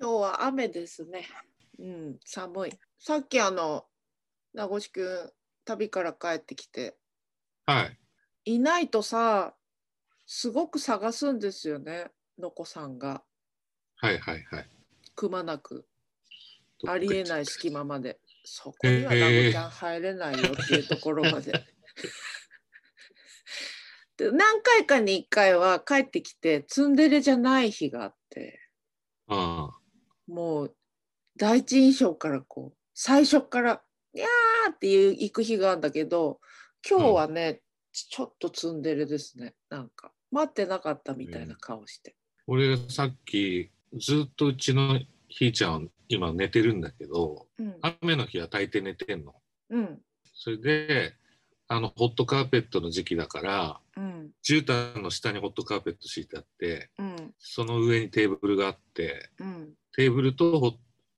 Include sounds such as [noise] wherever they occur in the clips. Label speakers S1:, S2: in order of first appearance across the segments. S1: 今日は雨ですね。うん、寒い。さっきあの、名越くん、旅から帰ってきて、
S2: はい。
S1: いないとさ、すごく探すんですよね、のこさんが、
S2: はいはいはい。
S1: くまなく、
S2: どっか
S1: ありえない隙間まで。そこには
S2: へ
S1: ラ
S2: え
S1: ブちゃん入れないよっていうところまで。で何回かに1回は帰ってきて、ツンデレじゃない日があって。
S2: あ
S1: もう第一印象からこう最初から「いやー!」っていう行く日があるんだけど今日はね、ちちょっとツンデレですねなんか待ってなかったみたいな顔して、
S2: 俺さっきずっとうちのひーちゃん今寝てるんだけど、
S1: うん
S2: 雨の日は大抵寝てんの。
S1: うん
S2: それで、あの、ホットカーペットの時期だから、
S1: うん
S2: 絨毯の下にホットカーペット敷いてあって、
S1: うん
S2: その上にテーブルがあって、
S1: うん
S2: テーブルとほ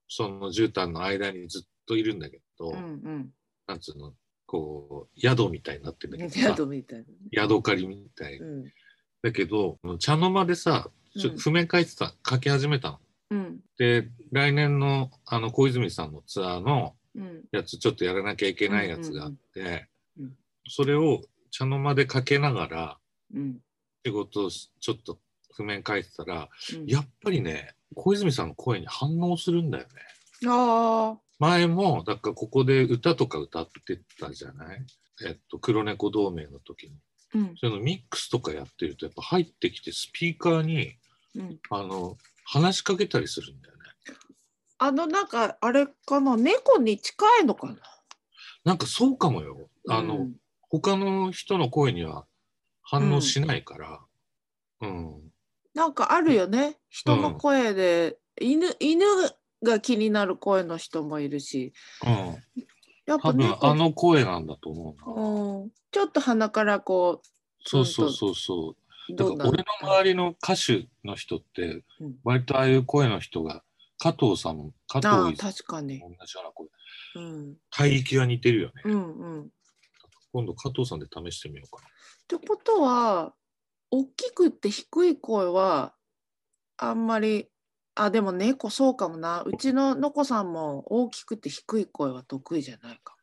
S2: その絨毯の間にずっといるんだけど、
S1: うん
S2: なんつうの、こう、宿みたいになってるん
S1: う
S2: だ
S1: ん
S2: けどさ
S1: 宿、みたい
S2: 宿借りみたい
S1: なうん
S2: だけど、茶の間でさ、ちょ
S1: うん
S2: 譜面書いてた、書き始めたの。
S1: うん
S2: で、来年のあの小泉さんのツアーの
S1: うん
S2: やつ、ちょっとやらなきゃいけないやつがあって、
S1: うんうんうん
S2: それを茶の間で書けながら、
S1: うん
S2: 仕事をしちょっと譜面書いてたら、
S1: うん
S2: やっぱりね、小泉さんの声に反応するんだよね。
S1: あ
S2: 前も、だからここで歌とか歌ってたじゃないえっと、黒猫同盟の時に。
S1: ーうん
S2: そういうのミックスとかやってると、やっぱ入ってきてスピーカーに、
S1: うん
S2: あの、話しかけたりするんだよね。
S1: あのなんかあれかな猫に近いのかな
S2: なんかそうかもよ。あの、
S1: うん
S2: 他の人の声には反応しないから。うん。
S1: なんかあるよね人の声で、犬犬が気になる声の人もいるし
S2: うん。
S1: やっぱ
S2: 多分
S1: 猫
S2: あの声なんだと思うな。
S1: うん、ちょっと鼻からこ
S2: そうそうそうそう。
S1: う
S2: だ
S1: ど
S2: か
S1: んな
S2: ら俺の周りの歌手の人って
S1: うん、
S2: 割とああいう声の人が、加藤さんも、加
S1: ああ
S2: 藤さん
S1: 確かに、
S2: も同じような声。
S1: うん、
S2: 帯域が似てるよね。
S1: うんうんっ
S2: 今度加藤さんで試してみようか
S1: てことは大きくって低い声はあんまりあでも猫そうかもなうちののこさんも大きくて低い声は得意じゃないか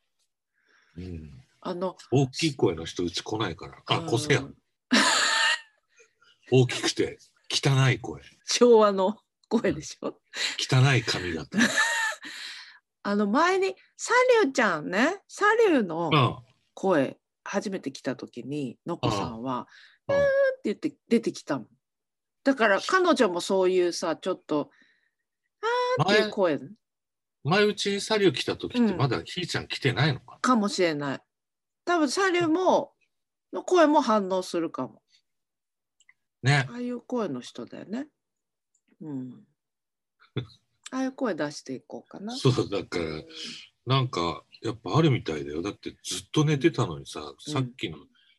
S2: な。うん。
S1: あの
S2: 大きい声の人うち来ないから。あ、
S1: うん
S2: 個性ある大きくて汚い声。
S1: 昭和の声でしょ
S2: 汚い髪型。
S1: あの前にサリュウちゃんねサリュウの
S2: うん。
S1: 声初めて来た時にのこさんは「う
S2: うん
S1: ー
S2: うん
S1: ん」って言って出てきたもんだから彼女もそういうさちょっと「あー」っていう
S2: 前、
S1: 声
S2: 前うちにサリュー来た時っ
S1: う
S2: て
S1: ん
S2: まだひーちゃん来てないのか
S1: かもしれない多分サリュウもの声も反応するかも
S2: なね。
S1: ああいう声の人だよね
S2: [laughs]
S1: うんああいう声出していこうかな
S2: そう、だから、
S1: うん
S2: なんか、やっぱあるみたいだよ。だってずっと寝てたのにさ、さっきの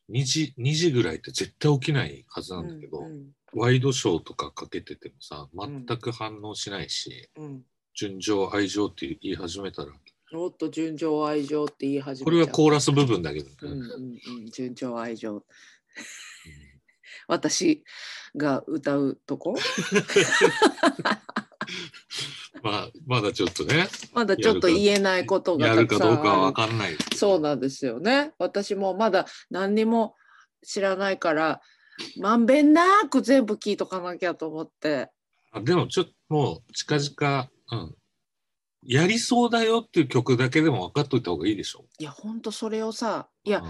S2: 2時、2時ぐらいって絶対起きないはずなんだけど、
S1: うん
S2: ワイドショーとかかけててもさ、全く反応しないし、
S1: うん
S2: 純情、愛情って言い始めたら、
S1: おっと純情愛情って言い始め
S2: これは
S1: ちゃう
S2: コーラス部分だけどね。
S1: うんうんうん、純情愛情私が歌うとこ
S2: まあ、まだちょっとね、
S1: まだちょっと言えないことが
S2: や
S1: た
S2: る
S1: く
S2: か
S1: さんある
S2: どうかはわかんないけど。
S1: そうなんですよね私もまだ何にも知らないからまんべんなく全部聞いとかなきゃと思って
S2: あでもちょっともう近々、うん。やりそうだよっていう曲だけでも分かっといた方がいいでしょ
S1: いやほんとそれをさいうや
S2: ん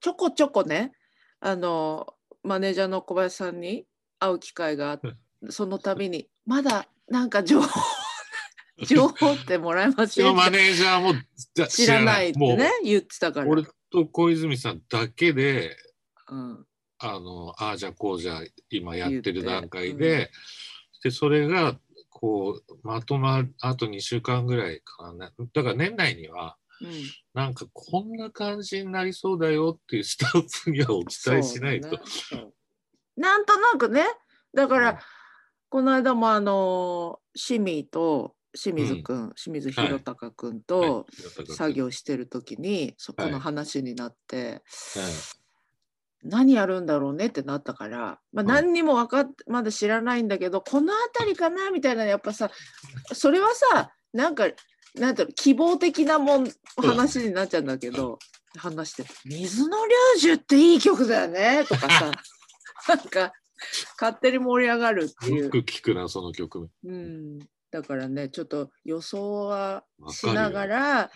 S1: ちょこちょこねあのマネージャーの小林さんに会う機会があってその度にまだなんか情報 [laughs] 情報ってもらえま
S2: う
S1: せ
S2: ち
S1: ん
S2: の
S1: っ
S2: マ
S1: て
S2: ネージャーもじゃ
S1: 知らないってね言ってたから
S2: もう、俺と小泉さんだけで、
S1: うん
S2: あの、ああじゃこうじゃ今やってる段階
S1: 言
S2: で、で、それが、こう、まとまる、あと2週間ぐらいかな。だから年内には、
S1: うん、
S2: なんかこんな感じになりそうだよっていうスタッフにはお伝えしないと。
S1: そうだねそうなんとなくねだから、
S2: うん
S1: この間もあのシミと清水くん、清水宏隆くんと作業してる時に、そこの話になって、
S2: はい
S1: 何やるんだろうねってなったから、まあ、
S2: ん
S1: 何にも分かっまだ知らないんだけどこの辺りかなみたいなやっぱさそれはさなんかなんだろう希望的なもん話になっちゃうんだけど、話して「水の龍樹っていい曲だよね」とかさ
S2: [laughs]
S1: なんか勝手に盛り上がるっていう
S2: よく聞くな、その曲。
S1: うん、だからねちょっと予想はしながら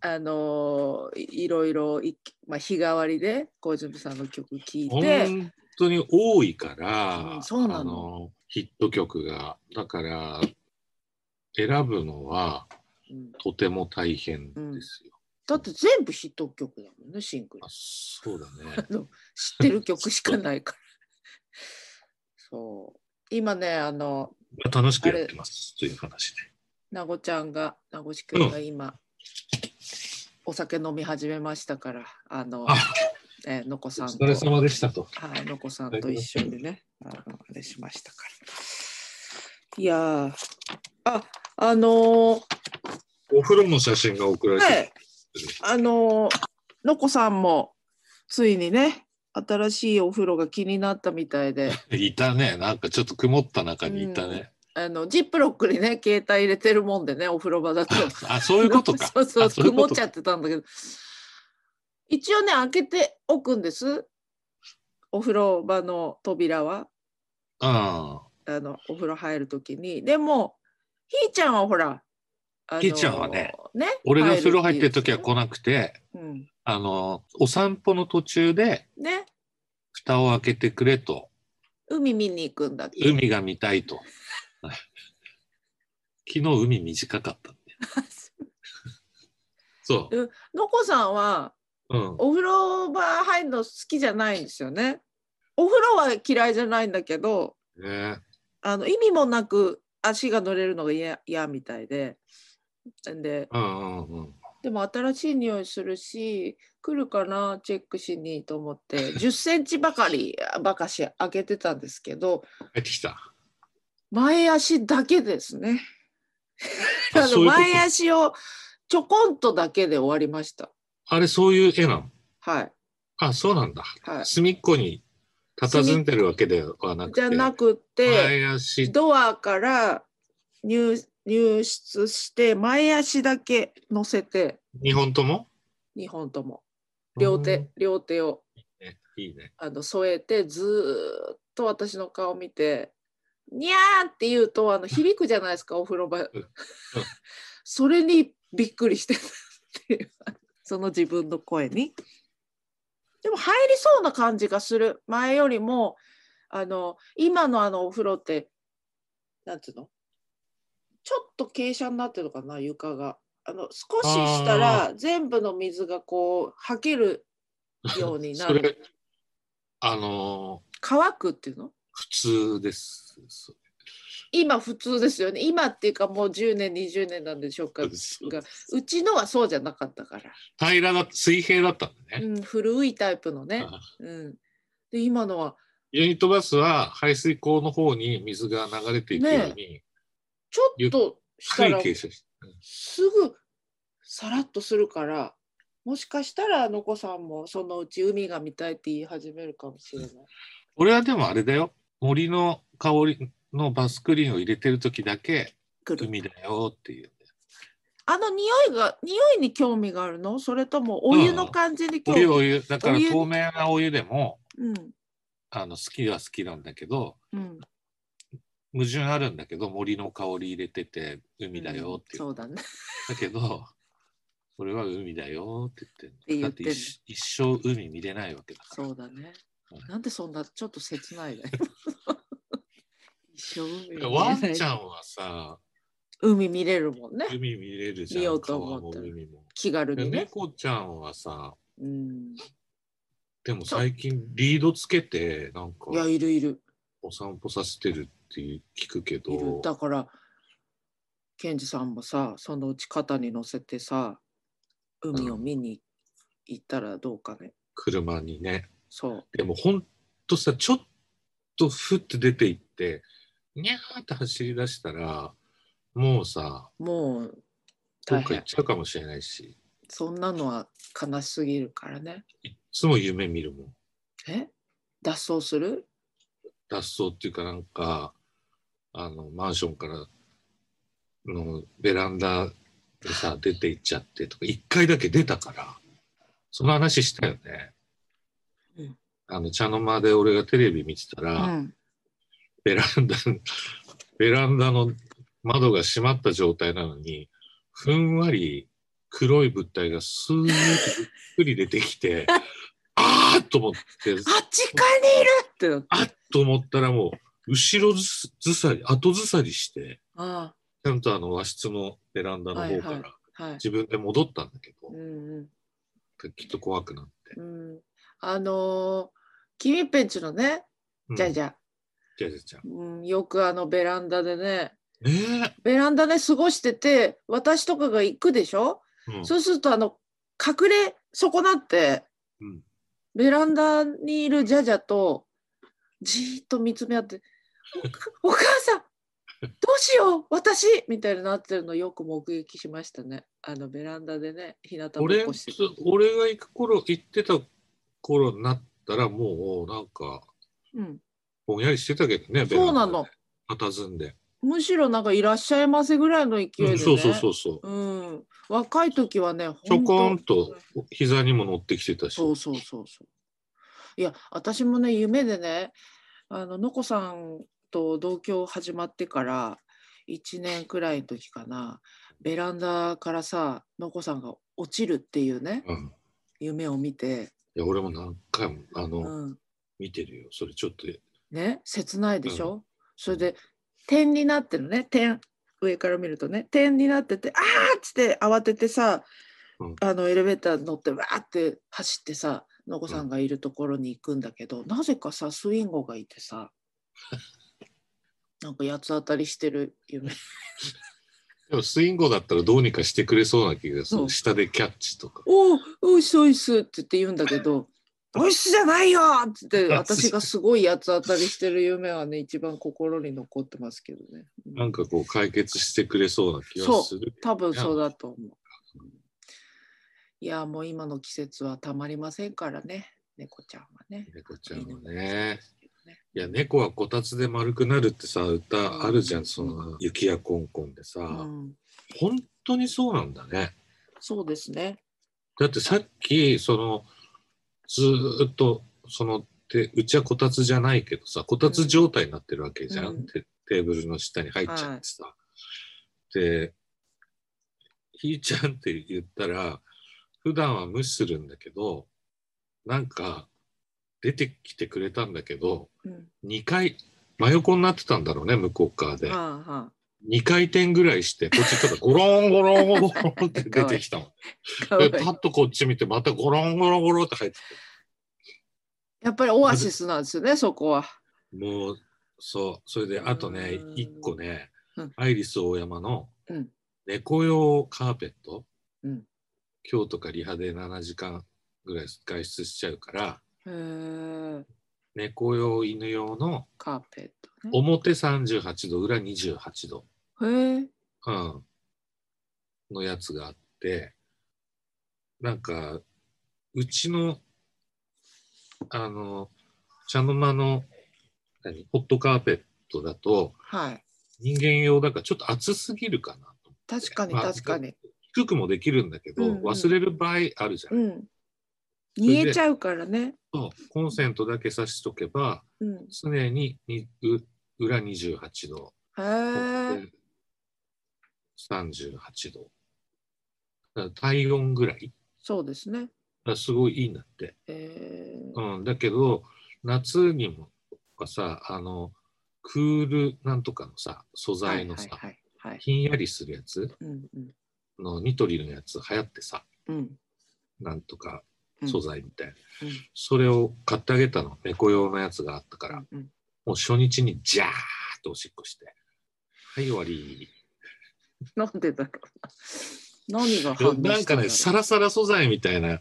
S1: あのーいいろいろい、まあ、日替わりで小泉さんの曲聴いて、
S2: 本当に多いか
S1: う
S2: ら、
S1: んそうなの
S2: あのヒット曲が。だから、選ぶのは
S1: うん
S2: とても大変ですよ。
S1: だって全部ヒット曲だもんねシングル
S2: あそうだ
S1: 知
S2: ね。
S1: ってる曲しかないからそう今ねあの
S2: 楽しくやってますという話で。
S1: なごちゃんがなごしくんが今、お酒飲み始めましたからあの
S2: あ
S1: えーのこ
S2: お
S1: さん
S2: 疲れ様でしたと。
S1: はい、のこさんと一緒にね、あの、あれしましたから。いやー、あ、あのー
S2: お風呂の写真が送られてきて
S1: ね、あのーのこさんも、ついにね、新しいお風呂が気になったみたい
S2: [laughs]
S1: で、
S2: いたね。なんかちょっと曇った中にいたね。
S1: あの、ジップロックにね、携帯入れてるもんでね、お風呂場だと。。
S2: あ、そういうこと
S1: [laughs]
S2: か
S1: そうそう
S2: あそういう
S1: 曇
S2: こ
S1: っ
S2: と
S1: ちゃってたんだけど。一応ね、開けておくんです。お風呂場の扉は。
S2: あ
S1: あのお風呂入るときにでもひーちゃんはほらあの
S2: ひーちゃんはね俺が風呂入ってる時は
S1: こ
S2: 来なくて、
S1: うん
S2: あの、お散歩の途中で
S1: ね
S2: 蓋を開けてくれと、
S1: 海見に行くんだって [laughs]
S2: 海が見たいと。昨日海短かったんで。そ
S1: のこさんは
S2: う。うん。
S1: お風呂場入るの好きじゃないんですよねお風呂は嫌いじゃないんだけど
S2: ね、
S1: あの意味もなく足が乗れるのが嫌嫌みたいでんで
S2: うんうんうん。
S1: でも新しい匂いするし来るかなチェックしにと思って1 0センチばかりばかし開けてたんですけど
S2: 帰ってきた。
S1: 前足だけですね。 [laughs] あ
S2: あ
S1: の
S2: そういうこと
S1: 前足をちょこんとだけで終わりました。
S2: あれ、そういう絵なの
S1: はい
S2: あ、そうなんだ。
S1: はい。
S2: 隅っこに佇んでるわけではなくて。
S1: じゃなくて、
S2: 前足
S1: ドアから入入室して前足だけ乗せて
S2: 二本とも
S1: 2本とも両手、
S2: うん
S1: 両手を
S2: ねいいね。
S1: あの添えてずーっと私の顔見て「にゃー」って言うとあの響くじゃないですかお風呂場
S2: うん。
S1: それにびっくりしてたっていうその自分の声に。でも入りそうな感じがする前よりもあの今のあのお風呂ってなんていうのちょっと傾斜になってるのかな床が。あの少ししたら全部の水がこうはけるようにな
S2: そ
S1: る
S2: れ、あの
S1: 乾くっていうの
S2: ー普通です。そ
S1: 今普通ですよね今っていうかもう10年20年なんでしょうか
S2: うです
S1: がうちのはそうじゃなかったから、
S2: 平らだ、水平だったんだ
S1: う
S2: ね。
S1: ん、古いタイプのね、うん、で今のは
S2: ユニットバスは排水溝の方に水が流れていくように、
S1: ちょっとした
S2: 深い
S1: ら
S2: 傾斜して、
S1: すぐさらっとするからもしかしたらのこさんもそのうち海が見たいって言い始めるかもしれない
S2: 俺はでもあれだよ。森の香りのバスクリーンを入れてる時だけ、
S1: 来る
S2: 海だよっていう。
S1: あの匂いが匂いに興味があるのそれともお湯の感じに興
S2: お
S1: 味、
S2: 湯
S1: うん
S2: お湯、だから
S1: お湯
S2: 透明なお湯でも、
S1: うん
S2: あの好きは好きなんだけど、矛盾あるんだけど、森の香り入れてて、海だよっていう。
S1: そうだね
S2: だけど、それは海だよって言って
S1: て言
S2: んのだ
S1: っ
S2: ってて
S1: んの
S2: 一生一生海見れないわけだから。
S1: そうだね
S2: はい。
S1: なんでそんなちょっと切ないね。
S2: [laughs]
S1: 一生海見れない
S2: ワンちゃんはさ、
S1: 海見れるもんね。
S2: 海見れるじゃん。
S1: 見ようと思ったら
S2: 川も海も。
S1: 気軽
S2: で
S1: にね。
S2: 猫ちゃんはさ、
S1: うん。
S2: でも最近リードつけて、なんか
S1: いやいるいる
S2: お散歩させてるって聞くけ
S1: いる
S2: ど。。
S1: だからケンジさんもさそのうち肩に乗せてさ海を見に行ったらどうかね。
S2: 車にね。
S1: そう。
S2: でもほんとさ、ちょっとふって出て行って、にゃーって走り出したら、もうさ、
S1: もう
S2: ど
S1: 大
S2: っか行
S1: 変
S2: っ。ちゃうかもしれないし、
S1: そんなのは悲しすぎるからね。
S2: いっつも夢見るもん。
S1: え脱走する
S2: 脱走っていうかなんかあのマンションからのベランダでさ、出て行っちゃってとか、一回だけ出たから、その話したよね。
S1: うん
S2: あの、茶の間で俺がテレビ見てたら、
S1: うん
S2: ベランダ、ベランダの窓が閉まった状態なのに、ふんわり黒い物体がスーッとゆっくり出てきて、 [laughs] あーっと思って、
S1: あっちかにいるってなって
S2: あっと思ったらもう、後ろずずさり、後ずさりして、
S1: あ
S2: ちゃんとあの和室のベランダの方か
S1: はい
S2: ら
S1: あはい
S2: 自分で戻ったんだけど、
S1: うんうん
S2: きっと怖くなって。
S1: うんあのー、君ペンチのねじゃあじ
S2: ゃ。
S1: ゃあ、
S2: じゃあじゃあじゃあ
S1: うん、よくあのベランダでね
S2: ね
S1: ベランダで過ごしてて私とかが行くでしょ、
S2: え。うん
S1: そうするとあの隠れ損なって
S2: うん
S1: ベランダにいるジャジャとじーっと見つめ合って「おお母さんどうしよう私!」みたいになってるのよく目撃しましたねあのベランダでね日向ぼっ
S2: 俺
S1: こしてる、
S2: 俺が行く頃、行ってた頃になったら、もうなんか、
S1: うん、
S2: ぼんやりしてたけどね、
S1: そうなの。
S2: ベランダで佇んで。
S1: むしろなんか「いらっしゃいませ」ぐらいの勢いで、ね
S2: うんそうそうそうそう。
S1: うん、若い時はね
S2: ちょこん
S1: 本
S2: と膝にも乗ってきてたし。
S1: そうそうそうそう。いや私もね夢でねあののこさんと同居始まってから1年くらいの時かなベランダからさのこさんが落ちるっていうね
S2: うん。
S1: 夢を見て、
S2: いや、俺も何回も、あの、
S1: うん、
S2: 見てるよ。それちょっと、
S1: ね切ないでしょ、それで点になってるね点上から見るとね点になってて「あーっつって慌ててさ、
S2: うん
S1: あのエレベーター乗ってわーって走ってさのこさんがいるところに行くんだけど、なぜかさスインゴがいてさなんか八つ当たりしてる夢
S2: でもスインゴだったらどうにかしてくれそうな気がす
S1: そ
S2: る。
S1: う
S2: 下でキャッチとか。
S1: おうおいしおいすって言って言うんだけど「おいしじゃないよ!」って言って私がすごい八つ当たりしてる夢はね一番心に残ってますけどね。うん
S2: なんかこう解決してくれそうな気がする。
S1: 多分そうだと思う。いやもう今の季節はたまりませんからね猫ちゃんはね。
S2: 猫ちゃんはね。
S1: ね
S2: いや、猫はこたつで丸くなるってさ、歌あるじゃん。その、雪やコンコンでさ。
S1: うん、
S2: 本当にそうなんだね。
S1: そうですね。
S2: だってさっき、その、ずーっと、その、てうちはこたつじゃないけどさ、こたつ状態になってるわけじゃん。
S1: うん
S2: てテーブルの下に入っちゃってさ。で、ひーちゃんって言ったら、普段は無視するんだけど、なんか、出てきてくれたんだけど、
S1: うん、
S2: 2回、真横になってたんだろうね、向こう側で。
S1: はあは
S2: 2回転ぐらいして、こっちちょっとゴロンゴロンゴロンって出てきたの。
S1: あかわい
S2: で
S1: い
S2: パッとこっち見てまたゴロンゴロンゴロンって入ってて
S1: やっぱりオアシスなんですよねそこは。
S2: もうそうそれであとね
S1: うん
S2: 一個ね、
S1: うん
S2: アイリス大山の
S1: うん
S2: 猫用カーペット、
S1: うん
S2: 今日とかリハで7時間ぐらい外出しちゃうから
S1: へー
S2: 猫用犬用の
S1: カーペットね。
S2: 表38度裏28度、
S1: へえ。
S2: うん、のやつがあってなんかうちのあの茶の間の何ホットカーペットだと
S1: はい。
S2: 人間用だからちょっと暑すぎるかなと
S1: 確かに
S2: まあ
S1: 確かに。
S2: 低くもできるんだけど、
S1: うんうん
S2: 忘れる場合あるじゃん、
S1: うん。
S2: れで
S1: 逃げちゃうからね。
S2: そうコンセントだけ差しとけば
S1: うん。
S2: 常ににう裏28度
S1: へえ。
S2: 38度だから体温ぐらい
S1: そうですね。
S2: だからすごいいいんだって
S1: えー、
S2: うん、だけど夏にもはさあのクールなんとかのさ素材のさ、
S1: はいはいはい、はい。
S2: ひんやりするやつ
S1: うんうん
S2: のニトリのやつ流行ってさ
S1: うん
S2: なんとか
S1: うん。
S2: 素材みたいな、
S1: うん
S2: それを買ってあげたの猫用のやつがあったから、
S1: うんうん
S2: もう初日にジャーッとおしっこしてはい終わり
S1: なんでだろうな。何が反応したんだろう
S2: なんかねサラサラ素材みたいな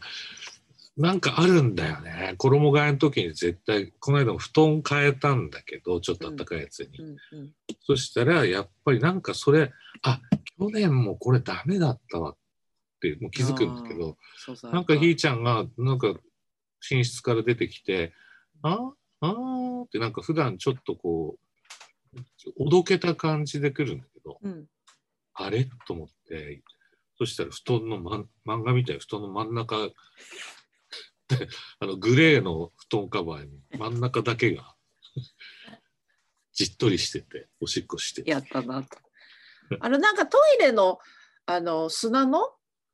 S2: なんかあるんだよね衣替えの時に絶対この間も布団変えたんだけどちょっとあったかいやつに、
S1: うんうん、
S2: そしたら、やっぱりなんかそれ、あ去年もこれダメだったわってもう気づくんだけど、
S1: 素材
S2: なんかひーちゃんが、なんか寝室から出てきて、ああーってなんか普段ちょっとこう、おどけた感じで来るんだけど、
S1: うん
S2: あれと思って、そしたら布団の、まん、漫画みたいな布団の真ん中、 [laughs] あのグレーの布団カバーに真ん中だけがじっとりしてて、おしっこしてて。
S1: やったなと。あのなんかトイレのあの砂の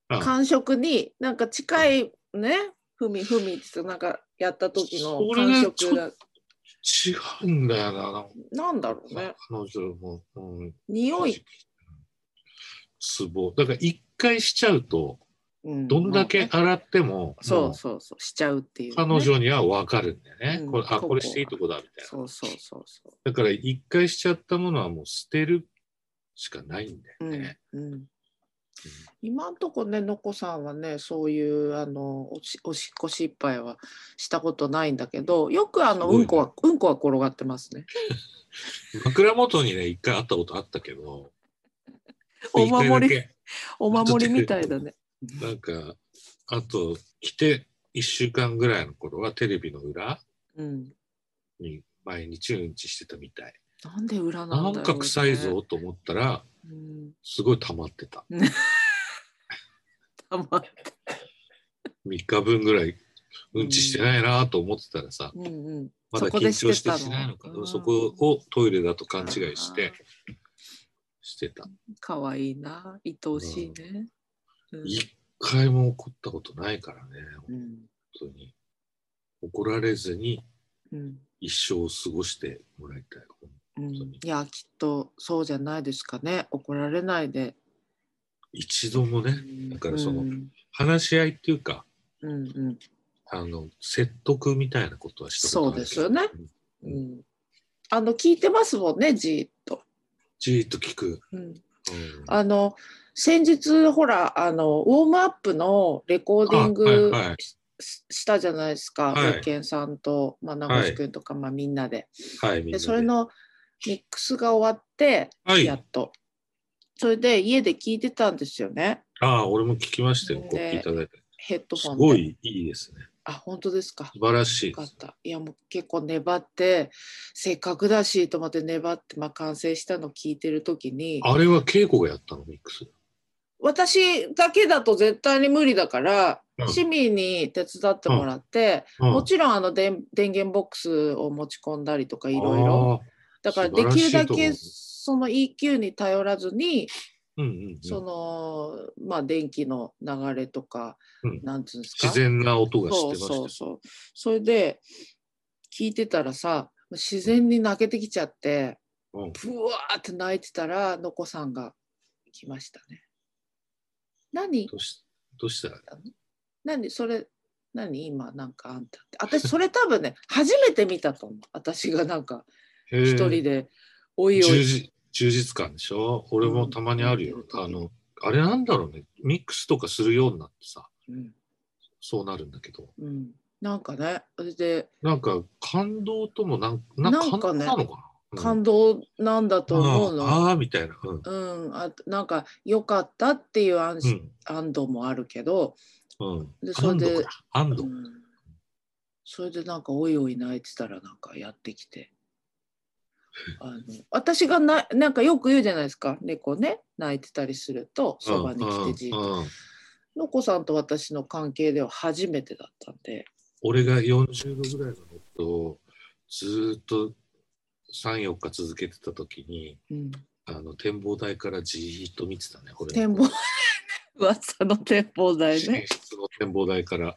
S2: あ
S1: 感触になんか近いねふみふみってなんかやった時の
S2: それね
S1: 感触が
S2: 違うんだよな、なんか
S1: なんだろうね
S2: 彼女も、うん、
S1: 匂い、
S2: ツボ。だから一回しちゃうと、
S1: うん
S2: どんだけ
S1: まあね
S2: 洗っても、
S1: そ
S2: も
S1: うそうそうしちゃうっていうね、
S2: 彼女には分かるんだよね。
S1: うん
S2: これあ
S1: ここ
S2: これしていいとこだみたいな。
S1: そうそうそうそ
S2: だから一回しちゃったものはもう捨てるしかないんだ
S1: う、
S2: よね。
S1: うんうん今んとこねのこさんはねそういうあのおしおしっこ失敗はしたことないんだけどよくあの
S2: すごいね
S1: うんこはうんこは転がってますね
S2: 枕元にね一回あったことあったけど。
S1: お守り
S2: 一回だ
S1: お守りみたいだね
S2: けなんかあと来て1週間ぐらいの頃はテレビの裏
S1: うん
S2: に毎日うんちしてたみたい。
S1: なんで裏なんだ
S2: な
S1: ろうんね
S2: か臭いぞと思ったら
S1: うん
S2: すごい溜まってた。
S1: たま
S2: 3日分ぐらいうんちしてないなと思ってたらさ、
S1: うんうん
S2: まだ
S1: そこ
S2: 緊
S1: で
S2: 張して
S1: してたの
S2: しないのかな
S1: うん
S2: そこをトイレだと勘違いしてしてた。
S1: 可愛いな、愛おしいね。うん
S2: 一回も怒ったことないからね、
S1: う
S2: 本
S1: ん
S2: 当に。怒られずに
S1: うん
S2: 一生を過ごしてもらいたい。
S1: うん
S2: 当に
S1: いや、きっとそうじゃないですかね。怒られないで。
S2: 一度もね、だからその
S1: うん
S2: 話し合いっていうか、
S1: うんうん
S2: あの、説得みたいなことはしたことあるけど
S1: そうですよ
S2: うん
S1: うんあの聞いてますもんね、じーっと。
S2: じーっと聞く。
S1: うん
S2: うん
S1: あの先日ほらあのウォームアップのレコーディン
S2: あ
S1: グ
S2: はいはい
S1: ししたじゃないですか、
S2: はい
S1: ケンさんと、まあ、長志くんとか、まあ、みんなで。
S2: はい、み
S1: で
S2: んなで
S1: それのミックスが終わって、
S2: はい
S1: やっとそれで家で聞いてたんですよね
S2: ああ、俺も聞きましたよ、
S1: ね
S2: こう聞いただいて。
S1: ヘッド
S2: す
S1: ホンです
S2: ごいいいですね。
S1: あ本当ですか
S2: 素晴らし
S1: よ
S2: い
S1: か
S2: で
S1: っ
S2: す。
S1: たいやもう結構粘ってせっかくだしと思って粘って、まあ、完成したの聞いてる時に
S2: あれは稽古がやったの、ミックス。
S1: 私だけだと絶対に無理だから、
S2: うん
S1: 市民に手伝ってもらって、
S2: うん
S1: もちろんあので電源ボックスを持ち込んだりとかいろいろだからできるだ
S2: 素晴ら
S1: け
S2: しいと
S1: その EQ に頼らずに
S2: あー。うんうんうん
S1: その、まあ電気の流れとか、
S2: うん
S1: なんつうんですか
S2: 自然な音がして
S1: そ
S2: ま
S1: う
S2: した
S1: そう
S2: よ。
S1: そうそれで聞いてたらさ自然に泣けてきちゃって
S2: うん
S1: ブワーって泣いてたらのこさんが来ましたね何
S2: どうしどうしたら
S1: 何それ何今なんかあんたって私それ多分ね [laughs] 初めて見たと思う私がなんか一
S2: 一
S1: 人でおいお
S2: 充
S1: い
S2: 実充実感でしょ俺もたまにあるよ、
S1: うん
S2: あのあれなんだろうねミックスとかするようになってさ
S1: うん、
S2: そうなるんだけど
S1: うん、なんかねそれで
S2: なんか感動ともなんな
S1: なんかね
S2: 感動なのかな
S1: 感動なんだと思うの、
S2: あーあーみたいなうん
S1: うん、あとなんか良かったっていう安,、
S2: うん
S1: 安堵もあるけど、
S2: うん
S1: でそ
S2: 安
S1: れで
S2: 堵か安
S1: う
S2: 堵
S1: んそれでなんかおいおい泣いてたらなんかやってき
S2: [laughs]
S1: てあの私がななんかよく言うじゃないですか猫ね泣いてたりするとそばに来てじっ
S2: う
S1: と
S2: んうん
S1: のこさんと私の関係では初めてだったんで
S2: 俺が40度ぐらいの音をずーっと34日続けてた時に
S1: うん
S2: あの展望台からじーっと見てたね俺の
S1: 展望 [laughs] 噂の展望台
S2: 寝
S1: ね
S2: 室の展望台から。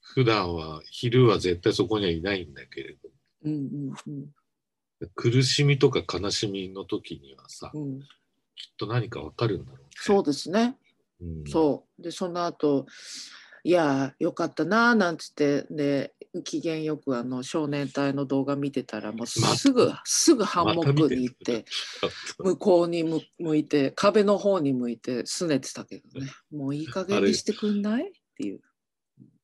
S2: 普段は昼は絶対そこにはいないんだけれど
S1: うんうん
S2: 苦しみとか悲しみの時にはさ、
S1: うんうん
S2: きっと何かわかるんだろうね。
S1: そうですね
S2: うん、
S1: そうでその後いやーよかったな」なんつってで機嫌よくあの少年隊の動画見てたらもう
S2: ます
S1: ぐ、すぐハンモックに行って向こうに向向いて壁の方に向いてすねてたけどねもういい加減にしてくんないっていう。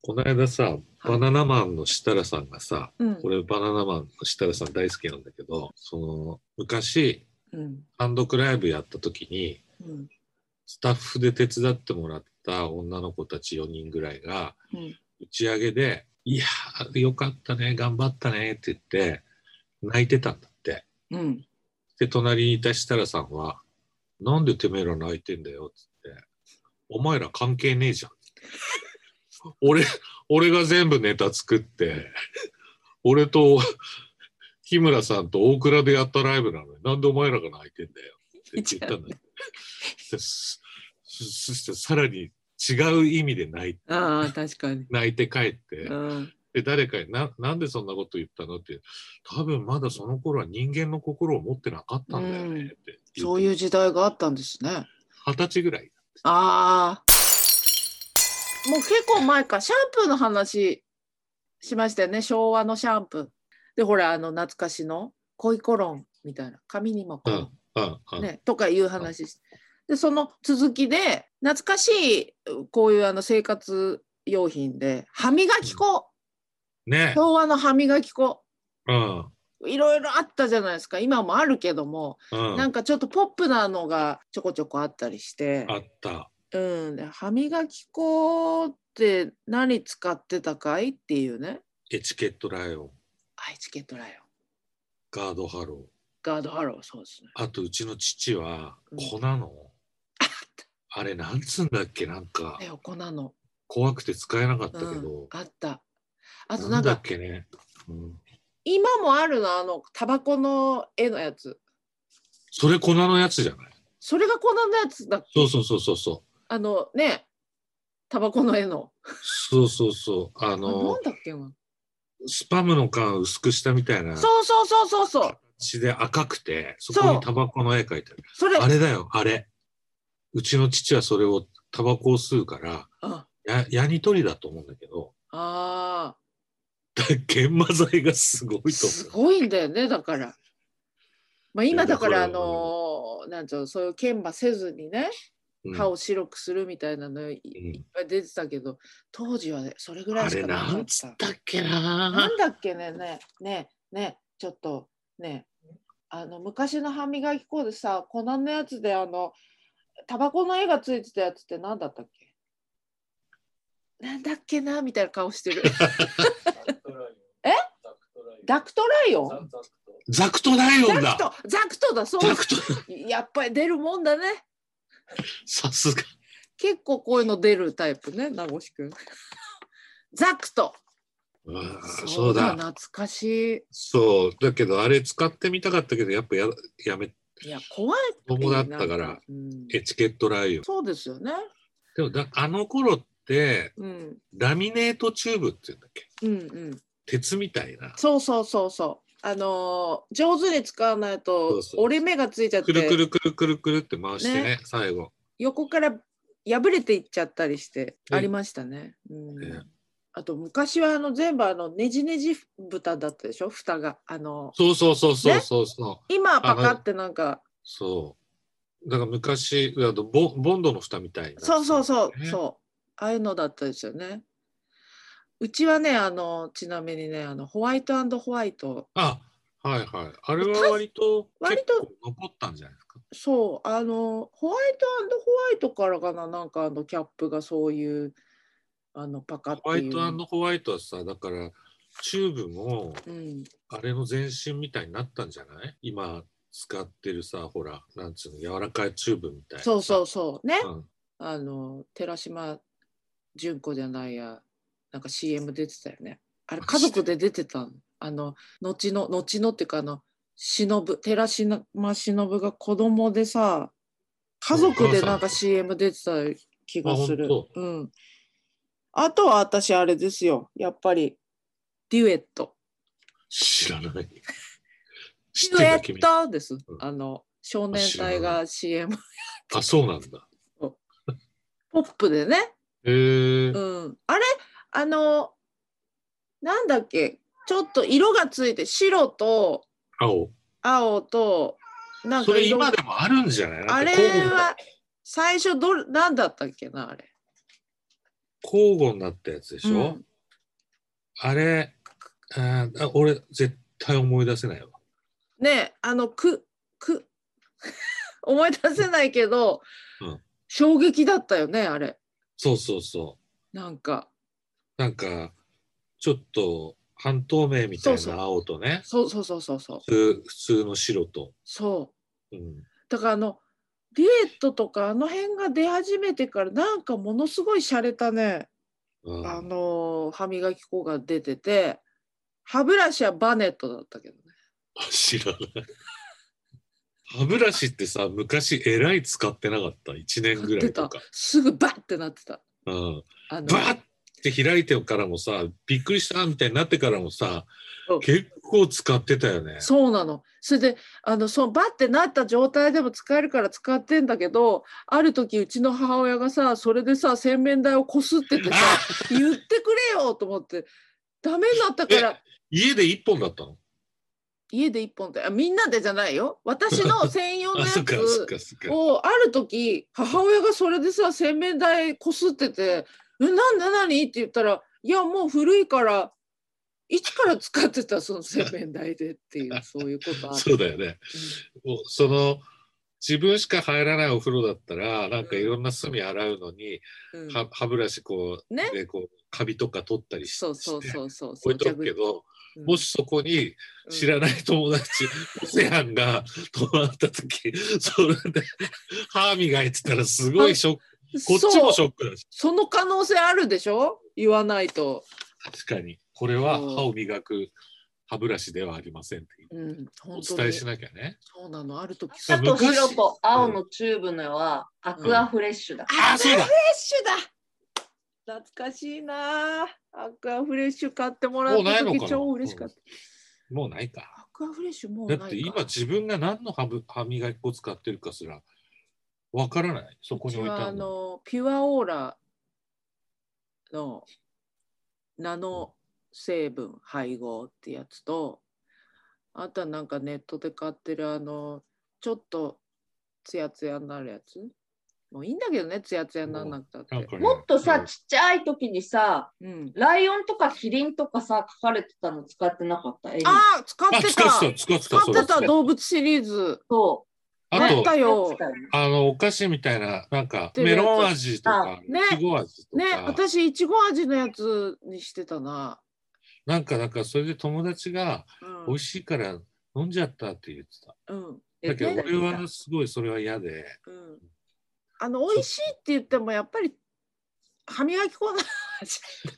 S2: この間さ、バナナマンの設楽さんがさ、
S1: うん
S2: 俺バナナマンの設楽さん大好きなんだけど、その昔、
S1: うん
S2: 単独ライブやった時に、
S1: うん
S2: スタッフで手伝ってもらった女の子たち4人ぐらいが、
S1: うん
S2: 打ち上げで「いやーよかったね頑張ったね」って言って泣いてたんだって
S1: うん
S2: で隣にいた設楽さんはなんでてめえら泣いてんだよっつってお前ら関係ねえじゃん [laughs] 俺俺が全部ネタ作って俺と日村さんと大倉でやったライブなのになんでお前らが泣いてんだよって言ったんだよそそしてさらに違う意味で泣い
S1: ああ、確かに。
S2: 泣いて帰って、
S1: うん。
S2: で誰かにな「なんでそんなこと言ったの?」って多分まだその頃は人間の心を持ってなかったんだよねって言
S1: そういう時代があったんですね。
S2: 二十歳ぐらい
S1: ああ。もう結構前か、シャンプーの話しましたよね、昭和のシャンプー。で、ほら、あの、懐かしの恋コロンみたいな、髪にもコロン
S2: うんうん、
S1: ね、とかいう話しでその続きで懐かしいこういうあの生活用品で歯磨き粉、
S2: ね
S1: 昭和の歯磨き粉
S2: うん
S1: いろいろあったじゃないですか今もあるけども、
S2: うん
S1: なんかちょっとポップなのがちょこちょこあったりして
S2: あ、った
S1: うん、で歯磨き粉って何使ってたかいっていうね
S2: エチケットライオン
S1: アイチケットライオン
S2: ガードハロー
S1: ガードハローそうですね
S2: あとうちの父は
S1: うん
S2: 粉の、あれなんつうんだっけなんか
S1: ね粉の、
S2: 怖くて使えなかった
S1: う
S2: け
S1: ん
S2: ど、、
S1: あったあと
S2: な
S1: なんん
S2: だ
S1: か
S2: っけね、うん、
S1: 今もあるのあのタバコの絵のやつ
S2: それ粉のやつじゃない
S1: それがこのやつだ
S2: そうそうそうそうそ
S1: あのねタバコの絵の
S2: うそうそうそうあ
S1: あな
S2: の
S1: んだっけな
S2: スパムの缶薄くしたみたいな
S1: そうそうそうそうそう
S2: 血で赤くてそこにタバコの絵描いてある
S1: それ
S2: あれだよあれうちの父はそれをタバコを吸うから
S1: あ
S2: やヤニ取りだと思うんだけど
S1: あ
S2: だ研磨剤がすごいと
S1: ーす
S2: 思
S1: ごいんだよねだからまあ今だ
S2: いやだか
S1: かららあのーなんちゅうのそういう研磨せずにね
S2: う、うん
S1: 歯を白くするみたいなのい
S2: うん
S1: いっぱい出てたけど当時はねそれぐら
S2: あ
S1: いし
S2: れ
S1: かなか
S2: な
S1: っ
S2: んつったたっけな
S1: なんだっけねねねねちょっとねあの昔の歯磨き粉でさ粉のやつであのタバコの絵がついてたやつって何だったっけなんだっけなみたいな顔してるえ [laughs] ダクトライオン
S2: ザクトライオン
S1: ザク
S2: だ
S1: トザクトだそう
S2: ザクト
S1: やっぱり出るもんだね
S2: さすが
S1: 結構こういうの出るタイプね名越くんザクト
S2: うんそうだ
S1: 懐かし
S2: そうだけどあれ使ってみたかったけどやっぱややめ
S1: いいや怖い
S2: 子供だったから、
S1: うん
S2: エチケットライオン
S1: そうですよね
S2: でもだあの頃って
S1: うん
S2: ラミネートチューブって言うんだっけ
S1: うんうん
S2: 鉄みたいな
S1: そうそうそうそう。あのー上手に使わない
S2: そ
S1: と
S2: うそう
S1: 折れ目がついちゃって
S2: くるくるくるくるくるって回してね最後
S1: 横から破れていっちゃったりして
S2: うん
S1: ありましたね。うん
S2: ね
S1: あと昔はあの全部あのねじねじ蓋だったでしょ蓋が。あの
S2: そうそうそうそうそうそう、
S1: 今はパカってなんか
S2: そうだから昔あとボンボンドの蓋みたいな
S1: そうそうそう、
S2: ね
S1: そうああいうのだったですよね。うちはねあのちなみにねあのホワイトホワイト
S2: あはいはいあれは割と
S1: 割
S2: 結
S1: と
S2: 構残ったんじゃないですか
S1: そうあのホワイトホワイトからかななんかあのキャップがそういうあのパカって
S2: ホワ
S1: い
S2: イ
S1: う。
S2: トホワイトはさだからチューブも
S1: うん、
S2: あれの前身みたいになったんじゃない今使ってるさほらなんつうの柔らかいチューブみたいな
S1: そうそうそうね、
S2: うん
S1: あの寺島純子じゃないやなんか CM 出てたよねあれ
S2: マ
S1: 家
S2: ジで
S1: 族で出てたのあの後の後のっていうかあの忍寺島忍が子供でさ家族でなんか CM 出てた気がする
S2: あ本
S1: うんあとは私あれですよやっぱりデュエット
S2: 知らない知
S1: デュ
S2: ってん
S1: エ
S2: だ君
S1: ットです、
S2: うん
S1: あの少年隊が CM
S2: あそうなんだ
S1: ポップでね
S2: へえ
S1: うん、あれあのなんだっけちょっと色がついて白と
S2: 青
S1: 青となん
S2: そ
S1: か
S2: れ
S1: 色
S2: 今でもあるんじゃないな
S1: あ
S2: んか
S1: れ
S2: 交互
S1: は最初どれなんだったっけなあれ
S2: 交互になったやつでしょ、
S1: うん
S2: あれあーあ俺絶対思い出せないわ
S1: ねえあのくく [laughs] 思い出せないけど、
S2: うん
S1: 衝撃だったよねあれ
S2: そうそうそ
S1: なんか
S2: うなんかちょっと半透明みた
S1: そ
S2: い
S1: うそう
S2: な青とね
S1: そうそうそうそうそう
S2: 普通普通の白と、
S1: そう
S2: うん、
S1: だからあのディエットとかあの辺が出始めてからなんかものすごい洒落たね、
S2: うん
S1: あのー歯磨き粉が出てて歯ブラシはバネットだったけどね
S2: 知らない。歯ブラシってさ、昔えらい使ってなかった。1年ぐらいとか。
S1: すぐバッてなってた
S2: うん、
S1: あの
S2: バッて開いてからもさ、びっくりしたみたいになってからもさ
S1: うん、
S2: 結構使ってたよね。
S1: そうなのそれであのそうバッてなった状態でも使えるから使ってんだけどある時うちの母親がさそれでさ洗面台をこすっててさ
S2: あ
S1: 言ってくれよと思ってダメになったから
S2: 家で1本だったの
S1: 家で一本であみんなでじゃないよ私の専用の
S2: あ、
S1: や
S2: そっかそっ
S1: つ
S2: かそっか。
S1: をある時母親がそれでさ洗面台こすってて「えなんで何?」って言ったら「いやもう古いから一から使ってたその洗面台で」って
S2: [laughs]
S1: いうそういうことある。
S2: そうだよね。もうその自分しか入らないお風呂だったらなんかいろんな隅洗うのに、
S1: うんうん
S2: は歯ブラシこう,、
S1: ね
S2: でこうカビとか取ったりし
S1: そうそう
S2: して
S1: そうそうそう。
S2: 置いとくけど、
S1: うん
S2: もしそこに知らない
S1: [laughs]
S2: 友達、オセアンが泊まった時それで歯磨いてたらすごいショック
S1: うん
S2: こっちもシ
S1: そう
S2: ョックだし
S1: その可能性あるでしょ言わないと。
S2: 確かにこれは
S1: そう
S2: 歯を磨く歯ブラシではありませんっていう
S1: うん、
S2: お
S1: 本当
S2: 伝え
S1: に
S2: しなきゃね。
S1: そうなのある時
S2: さ
S3: 赤と白と青のチューブのはアクアフレッシュだ。
S2: ああそうだ
S1: フレッシュだ懐かしいなあアクアフレッシュ買ってもら
S2: も
S1: っ
S2: うな
S1: た
S2: いの
S1: 時
S2: かな
S1: 超嬉しかった、
S2: もうないか。
S1: アクアフレッシュもうな
S2: だ
S1: いか
S2: って今自分が何の歯ぶ歯磨き粉使ってるかすらわからないそこに置い
S1: う
S2: て
S1: ちは
S2: あ
S1: あ
S2: るの
S1: のピュアオーラのナノ成分配合ってやつとあとはなんかネットで買ってるあのちょっとツヤツヤになるやつもういいんだけどねツヤツヤにならなくたっ
S2: なん
S1: て
S2: かね
S3: もっとさ、
S2: うん
S3: ちっちゃい時にさ、
S1: うん
S3: ライオンとかキリンとかさ、書かれてたの使ってなかった。絵に
S1: ああ使っ
S2: あ
S1: て
S2: 使っ
S1: た
S2: てた使って
S1: 使
S2: た
S1: っ
S2: そう
S1: て
S2: だ
S1: た動物シリーズ
S3: そ
S2: あ
S1: やっ
S2: と
S1: た
S3: う。
S1: よ
S3: 使ってたよね
S2: あのお菓子みたいななんか
S1: てる
S2: メ
S1: やつ
S2: ロン味とか
S3: あ
S1: ね
S2: いちご味と
S1: ね
S2: か、
S1: 私いちご味のやつにしてたな。
S2: なんかなんかそれで友達が
S1: うん
S2: 美味しいから飲んじゃったって言ってた、
S1: うん
S2: だけど
S1: ね
S2: 俺はすごいそれは嫌で
S1: うん、あの美味しいって言ってもやっぱり歯磨き粉の味だか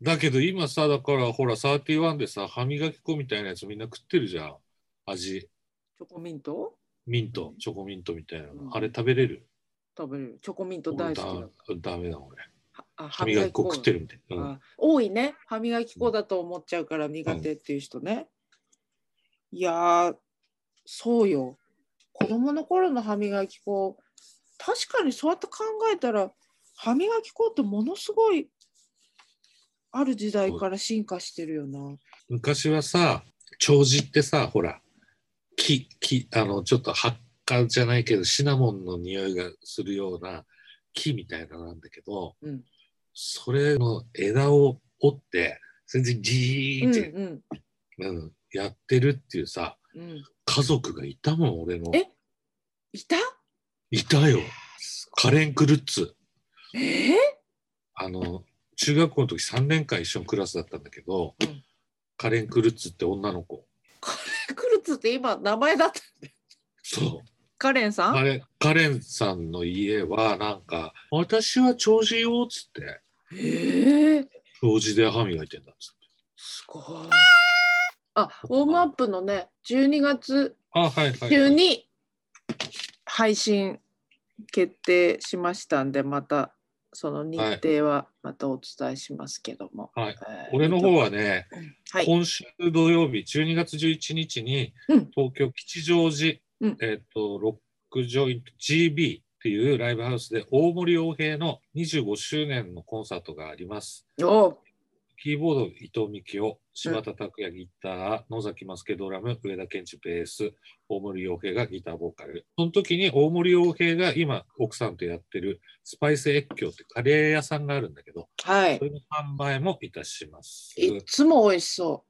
S2: だけど今さだからほら31でさ歯磨き粉みたいなやつみんな食ってるじゃん
S1: ら
S2: 味
S1: チョコミント
S2: ミントチョコミントみたいなの、
S1: うん
S2: あれ食べれる
S1: 食べれるチョコミント
S2: 俺
S1: 大好きだか
S2: だダメだ俺
S1: らあ
S2: 歯磨き粉食ってるみたいな、うん
S1: あ多いね歯磨き粉だと思っちゃうから苦手っていう人ね、いやーそうよ子供の頃の歯磨き粉確かにそうやって考えたら歯磨き粉ってものすごいある時代から進化してるよな
S2: 昔はさ長寿ってさほら木木あのちょっと発火じゃないけどシナモンの匂いがするような木みたいなのなんだけど、
S1: うん
S2: それの枝を折って全然ギ
S1: う
S2: ー
S1: ん
S2: って、うんやってるっていうさ
S1: うんうん
S2: 家族がいたもん俺の
S1: えいた
S2: いたよカレン・クルッツ
S1: ええ
S2: あの中学校の時3年間一緒のクラスだったんだけど、
S1: うん
S2: カレン・クルッツって女の子
S1: クルツって今名前だった
S2: そう
S1: カレンさん、
S2: カレンカレンさんの家はなんか「私は長寿よ」っつって
S1: ええ
S2: 「長寿で歯磨いてんだ」っつって
S1: すごいあウォームアップのね12月
S2: 「あはいはい、
S1: 中
S2: はい
S1: に配信決定しましたんでまたその日程はまたお伝えしますけども、
S2: は
S1: え
S2: い
S1: ー
S2: 俺の方はね、
S1: はい
S2: 今週土曜日12月11日に
S1: うん
S2: 東京吉祥寺、
S1: うん
S2: えっ、とロックジョイント GB っていうライブハウスで大森洋平の25周年のコンサートがあります。
S1: おう
S2: キーボード伊藤美希夫、柴田拓也ギター、野崎マスケドラム、上田健一ベース、大森洋平がギターボーカル。その時に大森洋平が今奥さんとやってるスパイス越境ってカレー屋さんがあるんだけど、
S1: は
S2: そ
S1: い
S2: れの販売もいたします。
S1: いっつも美味しそ